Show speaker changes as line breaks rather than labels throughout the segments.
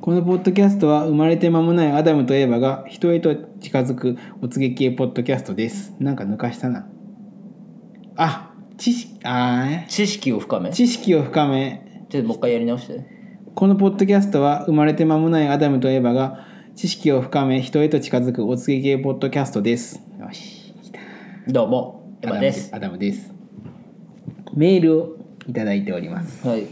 このポッドキャストは生まれて間もないアダムとエヴァが人へと近づくお告げ系ポッドキャストです。なんか抜かしたな。あ、知識、あー
知識を深めちょ
知識を深め。
っともう一回やり直して
このポッドキャストは生まれて間もないアダムとエヴァが知識を深め人へと近づくお告げ系ポッドキャストです。よし。
どうもエヴァです
アダムです。メールをいただいております。
はい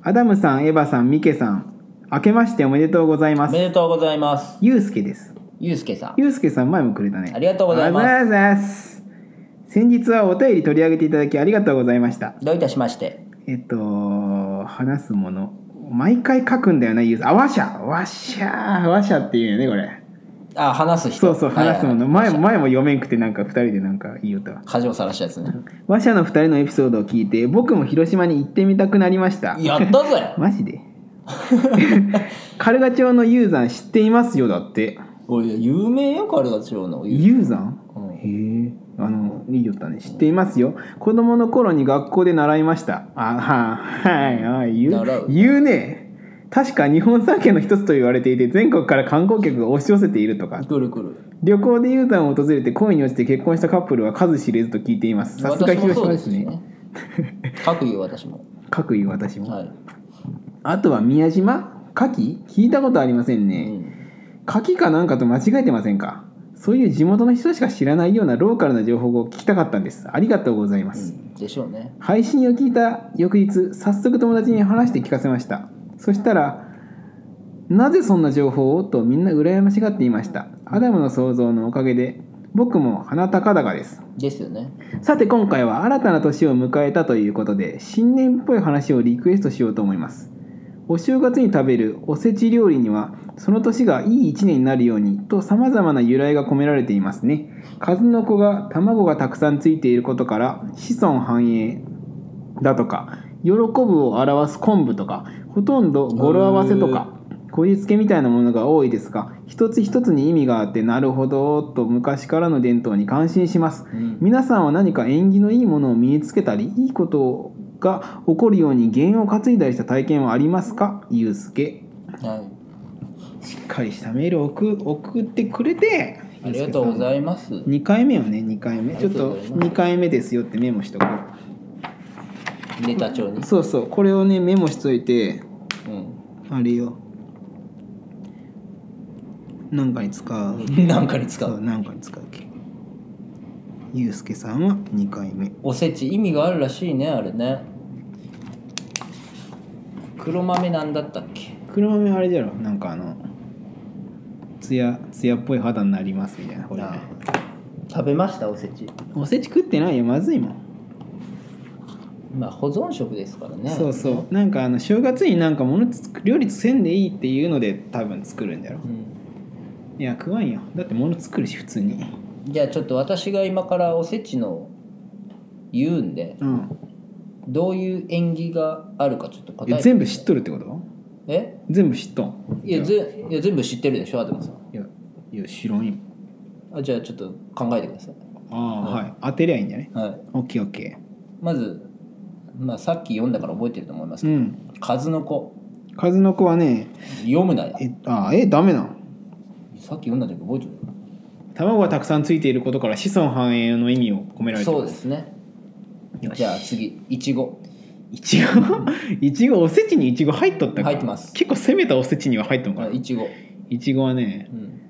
アダムさん、エヴァさん、ミケさん、明けましておめでとうございま
お
す。
めでとうございます
ゆうすけです。
ゆうすけさん
ゆうすけさん前もくれたね。
ありがとうございま
あ
す
りがとうございます。先日はお便り取り上げていただきありがとうございました。
どういたしまして
えっと、話すもの。毎回書くんだよな、ゆうすあ、わしゃわしゃわしゃって言うよね、これ。
あ話す人
そうそう、話すもの。
は
前
いはい
も前も読めんくて、なんか2人でなんかいい歌。
恥をさらしたやつね
わしゃの2人のエピソードを聞いて、僕も広島に行ってみたくなりました。
やっ たぜ
マジでカルガ町のユーザン知っていますよ、だって。
おい有名よカルガ町のゆう
ユーザン
うん
へえあのいいよったね知っていますよ子供の頃に学校で習いましたあはいはいはい言
習う
う言うね確か日本三景の一つと言われていて全国から観光客が押し寄せているとか
くるくる
旅行でユーザンを訪れて恋に落ちて結婚したカップルは数知れずと聞いていますさすが
私も
広
そ
島
うで
ですす
ね
ね
各言う私も
各言う私も、
はい、
あとは宮島牡蠣聞いたことありません
う
ね、
ん、
牡蠣かなんかと間違えてませんかそういう地元の人しか知らないようなローカルな情報を聞きたかったんですありがとうございま
う
す、
んでしょうね
配信を聞いた翌日早速友達に話して聞かせましたそしたら「なぜそんな情報を?」とみんな羨ましがっていましたアダムの想像のおかげで僕も鼻高々です
ですよね
さて今回は新たな年を迎えたということで新年っぽい話をリクエストしようと思いますお正月に食べるおせち料理にはその年がいい一年になるようにとさまざまな由来が込められていますね数の子が卵がたくさんついていることから子孫繁栄だとか喜ぶを表す昆布とかほとんど語呂合わせとかこじつけみたいなものが多いですが一つ一つに意味があってなるほどと昔からの伝統に感心します
うん
皆さんは何か縁起のいいものを身につけたりいいことが起こるように弦を担いだりした体験はありますかゆうすけ
はい
しっかりしたメールを送送ってくれて
ありがとうご
い
ざいます。
ます2回目よね2回目
あ
ち
り
ょっ
がとうご
と
ざいます
2回目ですよってメモしとこ
ネタ帳に
う。そうそうこれをねメモしといて
う。
あれよなんかに使うん
なんかに使
そう
う。
なんかに使うけゆうすけさんは2回目
おせち意味があるらしいねあれね。黒豆なんだったっけ？
黒豆あれじゃろなんかあのツヤツヤっぽい肌になりますみたいなこれ
なあ食べましたおせち。
おせち食ってないよまずいもん、
まあ保存食ですからね。
そうそうなんかあの正月になんか物つく料理せんでいいっていうので多分作るんだろ
うん。
いや食わんよだって物作るし普通に
じゃあちょっと私が今からおせちの言うんで
うん
どういう縁起があるかちょっと答え
え
て。
全部知っとるってこと
え？
全部知っとん
いや
じゃ
ぜいや全部知ってるでしょアダムさん。
あいやいや知らんよ
あじゃあちょっと考えてください。
ああ、はい当てりゃいいんじゃね
はい。
オッケーオッケ
まず。まあ、さっき読んだから覚えてると思います
ー
け
う
ど、
ん
数の子
数の子はね
読むなよ
えあえダメなの
さっき読んだ時覚えて
卵がたくさんついていることから子孫繁栄の意味を込められてい
るそ
ま
う
す
ですね
よし
じゃあ次いちご
いち ごいちごおせちにいちご入っとったか
入ってます
結構攻めたおせちには入っとんか
あ
ない
ちご、
いちごはね
うん、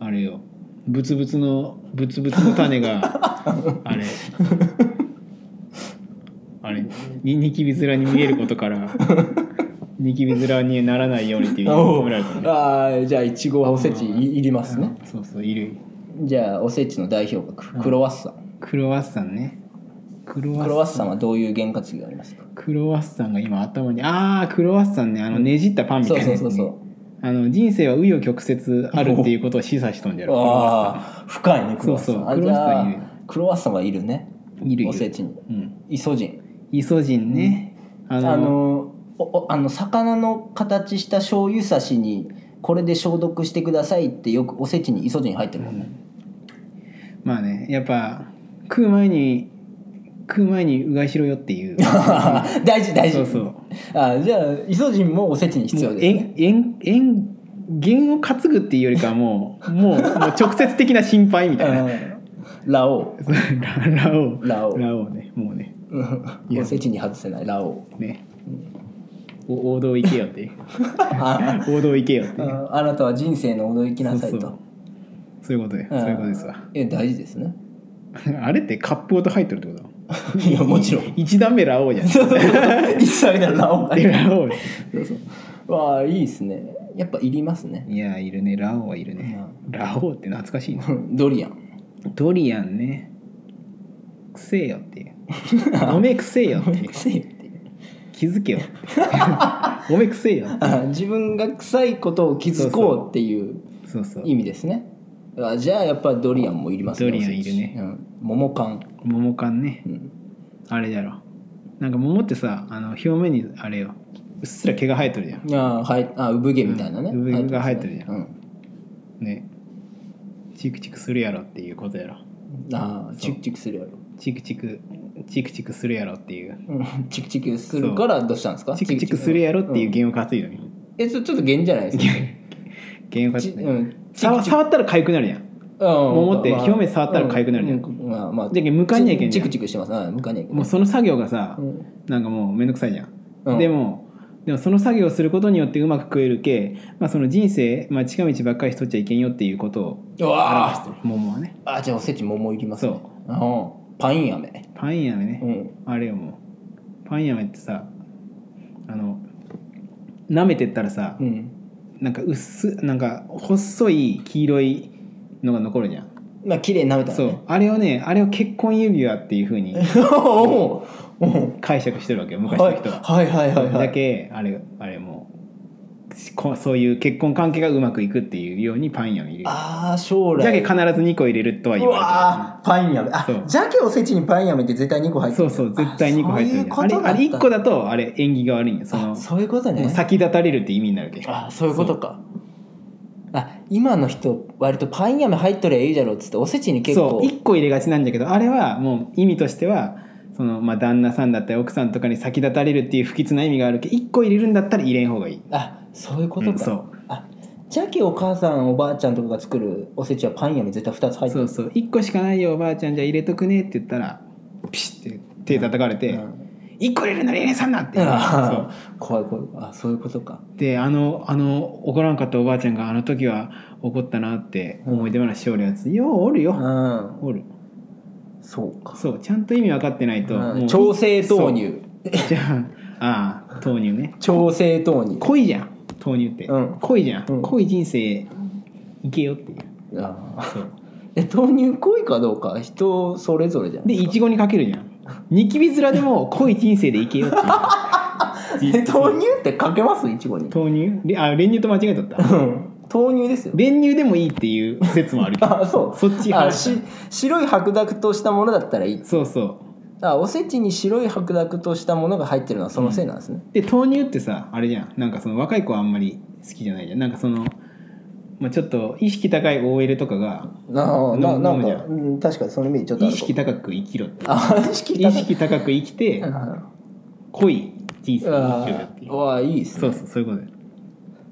あれよブツブツのブツブツの種 があれあれにニキビ面に見えることから ニキビ面にならないようにっていう意味が込められたね
あーじゃあいちごはおせち
うん
いいりますね
そうそういる
じゃあおせちの代表格クロワッサン
クロワッサンねクロワ
クロワ
ッ
ッ
サ
サ
ン
ンはどういう験担ぎがありますか
クロワッサンが今頭にああクロワッサンねあのねじったパンみた
そ
いうな
そう
やつ
そ
ね
う そ
あの人生は紆余曲折あるっていうことを示唆しとんじゃ
う
ろ
ああ深いねクロワッサン
そうそう
あ
クロ
じ
ワッ
ゃ
サン
あ
いる
クロワッサンはいるね
いるい
おせ
る、
ちに
うん、
イソジン
イソジンね、
あ
あ
の
の
おおあの魚の形した醤油差しにこれで消毒してくださいってよくおせちにイソジン入ってるもんね、
まあねやっぱ食う前に食う前にうがいしろよって いう
大事大事
そうそう
あじゃあイソジンもおせちに必要ですね
もうえんえんえん弦を担ぐっていうよりかはもうもうもう直接的な心配みたいな
うんラオ
ララオ
ウラオ
ウ
ウ
ラオウねもうね
う
い
ん
や
おせちに外せないラオウ
ねお王道行けよって
あ
王道行けよって
うんあなたは人生の驚きなさい
そうそう
と
そういうことで
うん
そういうことですわ
え大事です ね
あれってカップごと入ってるってこと
いやもちろ ん
一段目ラオウじゃん
一切だラオウが
でラオウ
そうそうわあいいですねやっぱいりますね
いやいるねラオウはいるねラオウって懐かしいな
うんドリアン
ドリアンねくせえよって いうおめえくせえよっていう
臭いっていう
気づ けよおめえくせえよ
あ自分が臭いことを気づ
そう
こ
そう
うっていう
そうそう
意味ですねあじゃあやっぱドリアンもいります
ドリアンいるね
うん、桃缶、
桃缶ね
うん、
あれだろなんか桃ってさあの表面にあれようっすら毛が生えてるじゃん
あはいあ産毛みたいなね、
うん産毛が生えてるじゃん
うん
ねチクチクするやろっていうことやろ
ああチクチクするやろ、
チクチクチクチクするやろっていう
うん、 チクチクするからどうしたんですか
チクチクするやろっていう
ゲ
弦を担いだね
えちょちょっと弦じゃない ですか
弦を担
ち
いだ
う
ね
んチ
触
クチク
触ったら痒くなるじゃん
桃
桃って表面触ったら痒くなるじゃん
まあまあ
じゃけん向かんにゃいけんじ
チ
ゃん
クチクしてますあ向かんにゃいけん
もうその作業がさ
うん
なんかもうめんどくさいじゃん
うん
でもでもその作業をすることによってうまく食えるけ、まあ、その人生、まあ、近道ばっかりしとっちゃいけんよっていうことを
うわ
表
あ
してる桃はね
あじゃあおせち桃いりますね
そ
うんパイン飴
パン屋ね
う、ん
あれよもうパン屋ってさあの舐めてったらさ
うん
なんか薄なんか細い黄色いのが残るじゃん、
まあ綺麗に舐めたら
そうあれをねあれを結婚指輪っていうふうに
そう おうおう
解釈してるわけよ昔
はい
の人は、
はいはいはいは
だ
い
けあれあれもうしこそういう結婚関係がうまくいくっていうようにパン屋に入れる
ああ将
じゃけ
来
必ず2個入れるとは言
う
わ
わーパイン飴
そう
あじゃけおせちにパイン飴って絶対2個入
れ
ってて
る
る
そうそう絶対2個入ってる
あ
あ
そういう
れ
ことだ
あ
った
れ1個だとあれ縁起が悪いんよそ
あ
の
そういうこと
もう
ね
先立たれるって意味になるけ
あそういうことかあ今の人割とパイン飴入っとりゃいいだろうっつっておせちに結
そ
構
う1個入れがちなんだけどあれはもう意味としてはそのまあ旦那さんだったり奥さんとかに先立たれるっていう不吉な意味があるけど1個入れるんだったら入れん方がいい
あそういうこと
うん
か、
そう
あじゃけお母さんおばあちゃんとかが作るおせちはパイン飴絶対2つ入って
そ
る
うそう1個しかないよおばあちゃんじゃ入れとくねって言ったらピシッて手叩かれて
うん
1個入れるなら入れさんなって言うそう
あー怖い怖いあそういうことか
であのあの怒らんかったおばあちゃんがあの時は怒ったなって思い出話しおるやつ、ようおる
う
よ、
ん
おる
そうか、
そうちゃんと意味分かってないと、
う
も
ん
う
調整豆乳
そうじゃあああ豆乳ね
調整豆乳
濃いじゃん豆乳って、
うん
濃いじゃん、
うん
濃い人生いけよっていう
あ
そう
ーえ豆乳濃いかどうか人それぞれじ ゃん
でいちごにかけるじゃんニキビ面でも濃い人生でいけよってい う
え豆乳ってかけますいちごに
豆乳れあ練乳と間違え とった
うん豆乳ですよ
練乳でもいいっていう説もあるけど
あそう
そっち
あ
派
し白い白濁としたものだったらいい
そうそう
あおせちに白い白濁としたものが入ってるのはそのせいなんですね、
で豆乳ってさあれじゃんなんかその若い子はあんまり好きじゃないじゃんなんかその、まあ、ちょっと意識高い OL とかが
ああな
飲む
なん
飲むじ
か
ゃん
うん確かにそのイメージちょっとあ
意
るかも
識高く生きろって
あ意識
意
高い
識高く生きて
あ
濃い人生を生きろよってい
あ
う
わあいいですね
そうそうそういうことだよ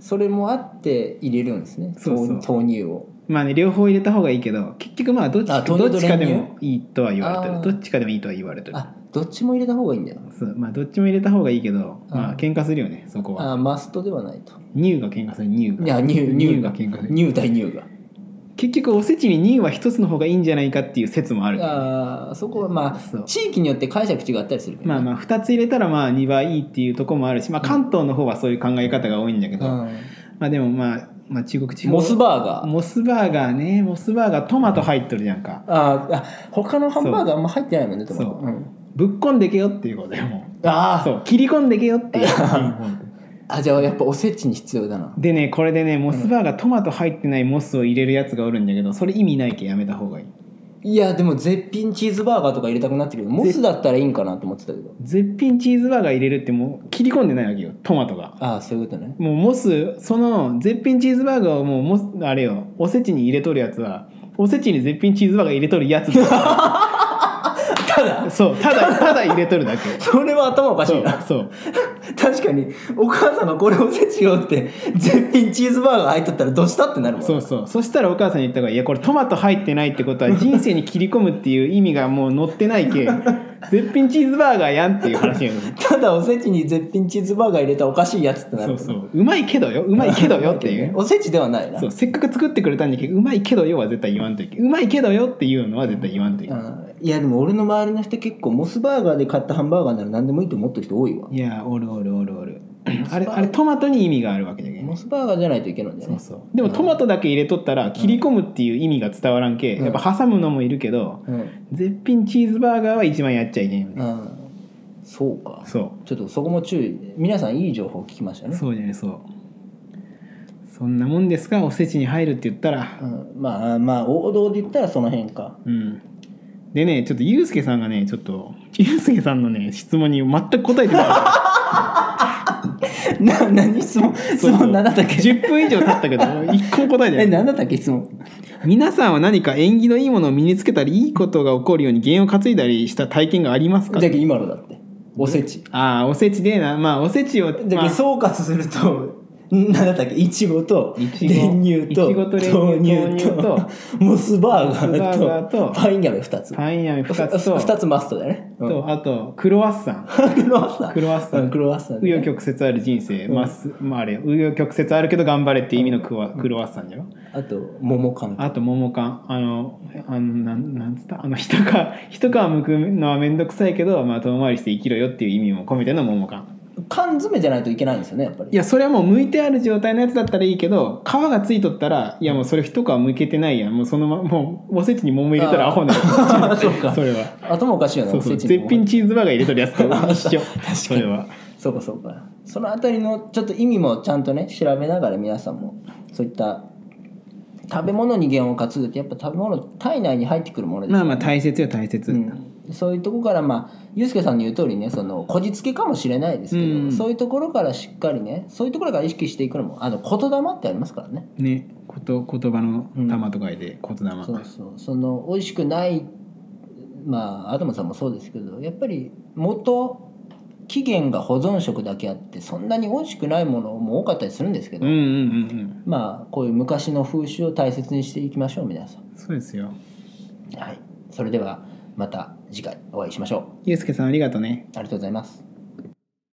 それもあって入れるんですね
そうそう
豆豆乳を
まあね両方入れた方がいいけど結局まあどっち
あ豆
ど
乳と
っちかで
練乳
もいいとは言われて
あ
る
ー
どっちかでもいいとは言われてる
あどっちも入れた方がいいんだよ
そうまあどっちも入れた方がいいけどま
う
あ
ん
喧嘩するよねそこは
あマストではないと
乳が喧嘩する乳
い
が
や乳
乳
乳
が喧嘩する
乳対乳が
結局おせちに乳は一つの方がいいんじゃないかっていう説もあるけどね
あそこはま
そう
あ地域によって解釈違ったりするけど
まあ
ね
まあ2つ入れたらまあ2倍いいっていうところもあるし、まあ、関東の方はそういう考え方が多いんだけど、
う
まあでもまあ、まあ、中国地
ん
方
モスバーガー
モスバーガーねモスバーガートマト入っとるじゃんか
ああ他のハンバーガーあんま入ってないもんねと
そう
思う、うん、
ぶっこんでけよっていうことだよも
あ
う
ー
そう切り込んでけよっていう
あじゃあやっぱおせちに必要だな
でねこれでねモスバーガートマト入ってないモスを入れるやつがおるんだけどそれ意味ないけやめた方がいい
いやでも絶品チーズバーガーとか入れたくなってるけどモスだったらいいんかなと思ってたけど
絶品チーズバーガー入れるってもう切り込んでないわけよトマトが
ああそういうことね
もうモスその絶品チーズバーガーをもうモスあれよおせちに入れとるやつはおせちに絶品チーズバーガー入れとるやつだ
確だ
そうただただ入れとるだけ
それは 頭おかし
そ
いうな
そう
確かにお母さんがこれおせちよって絶品チーズバーガー入っとったらどうしたってなるもん
そうそうそしたらお母さんに言った方が「いやこれトマト入ってないってことは人生に切り込むっていう意味がもう乗ってない け絶品チーズバーガーやん」っていう話よ
ただおせちに絶品チーズバーガー入れたらおかしいやつってな
そ
る
うそううまいけどようまいけどよっていう
おせちではないな
そうせっかく作ってくれたんだけどうまいけどよは絶対言わんといけうまいけどよっていうのは絶対言わんといけ
あーいやでも俺の周りの人結構モスバーガーで買ったハンバーガーなら何でもいいと思ってる人多いわ
いやおるおるおるおる
ス
あれあれトマトに意味があるわけじゃけん
モスバーガーじゃないといけないんだよ
そう
ね
そうでもトマトだけ入れとったら切り込むっていう意味が伝わらんけ、
うん
やっぱ挟むのもいるけど、
うん
絶品チーズバーガーは一番やっちゃいけんよね、
あーそうか
そ
ちょっとそこも注意皆さんいい情報聞きました
う
ね
そうじゃねそうそんなもんですかおせちに入るって言ったら
うん、まあまあ王道で言ったらその辺か
うんでねちょっとユうスケさんがねちょっとユうスケさんのね質問に全く答えてない
な何質問質
そうそう
問何だったっけ
10分以上経ったけど一個も答えて
え
ない
何だったっけ質問
皆さんは何か縁起のいいものを身につけたりいいことが起こるように弦を担いだりした体験がありますか
じゃあ今のだっておせち
ああおせちでなまあおせちを、
じゃ
ま
あ
あ
総括すると 何だったっけいちごと
いちご
練乳と
いちごと練乳
豆乳
豆
と
乳
モスバー
モ
ガ
スバ
ー
ーガー
と
と
パインアメ2つ
パンやめ2つと
2つマストだねうん
とあとクロワッサン
クロワッサン
クロワッサン
うんクロワッサン
紆余曲折ある人生、まあすまあ、あれ紆余曲折あるけど頑張れって意味のクワクロワッサンじゃろ
あと桃缶
あと桃缶あのあのなんなんつったあの一皮一皮むくのはめんどくさいけど、まあ、遠回りして生きろよっていう意味も込めての桃缶
缶詰じゃないといけないんですよねやっぱり
いやそれはもう剥いてある状態のやつだったらいいけど皮がついとったらいやもうそれ一皮剥けてないやんもうそのまもうおせちに桃入れたらアホなや
そうか
つそれは
頭おかしいよね
そうそう
おせちに
絶
も
品チーズバーガー入れとるや つと一緒
かに
それは
そうかそうかそのあたりのちょっと意味もちゃんとね調べながら皆さんもそういった食べ物に弦を担ぐってやっぱ食べ物体内に入ってくるものです
まあまあ大切よ大切、
うん、そういうとこからまあユースケさんの言う通りねそのこじつけかもしれないですけど、
うん
そういうところからしっかりねそういうところから意識していくのもあの言霊ってありますからね
ねこと言葉の玉と書いて言霊、
そうそうその美味しくないまあアダムさんもそうですけどやっぱり元期限が保存食だけあってそんなに美味しくないものも多かったりするんですけ
う
ど、
んうんうん
まあこういう昔の風習を大切にしていきましょう皆さん
うんそうですよ
はいそれではまた次回お会いしましょ
ゆうすけさんありがとうね
うありがとうございます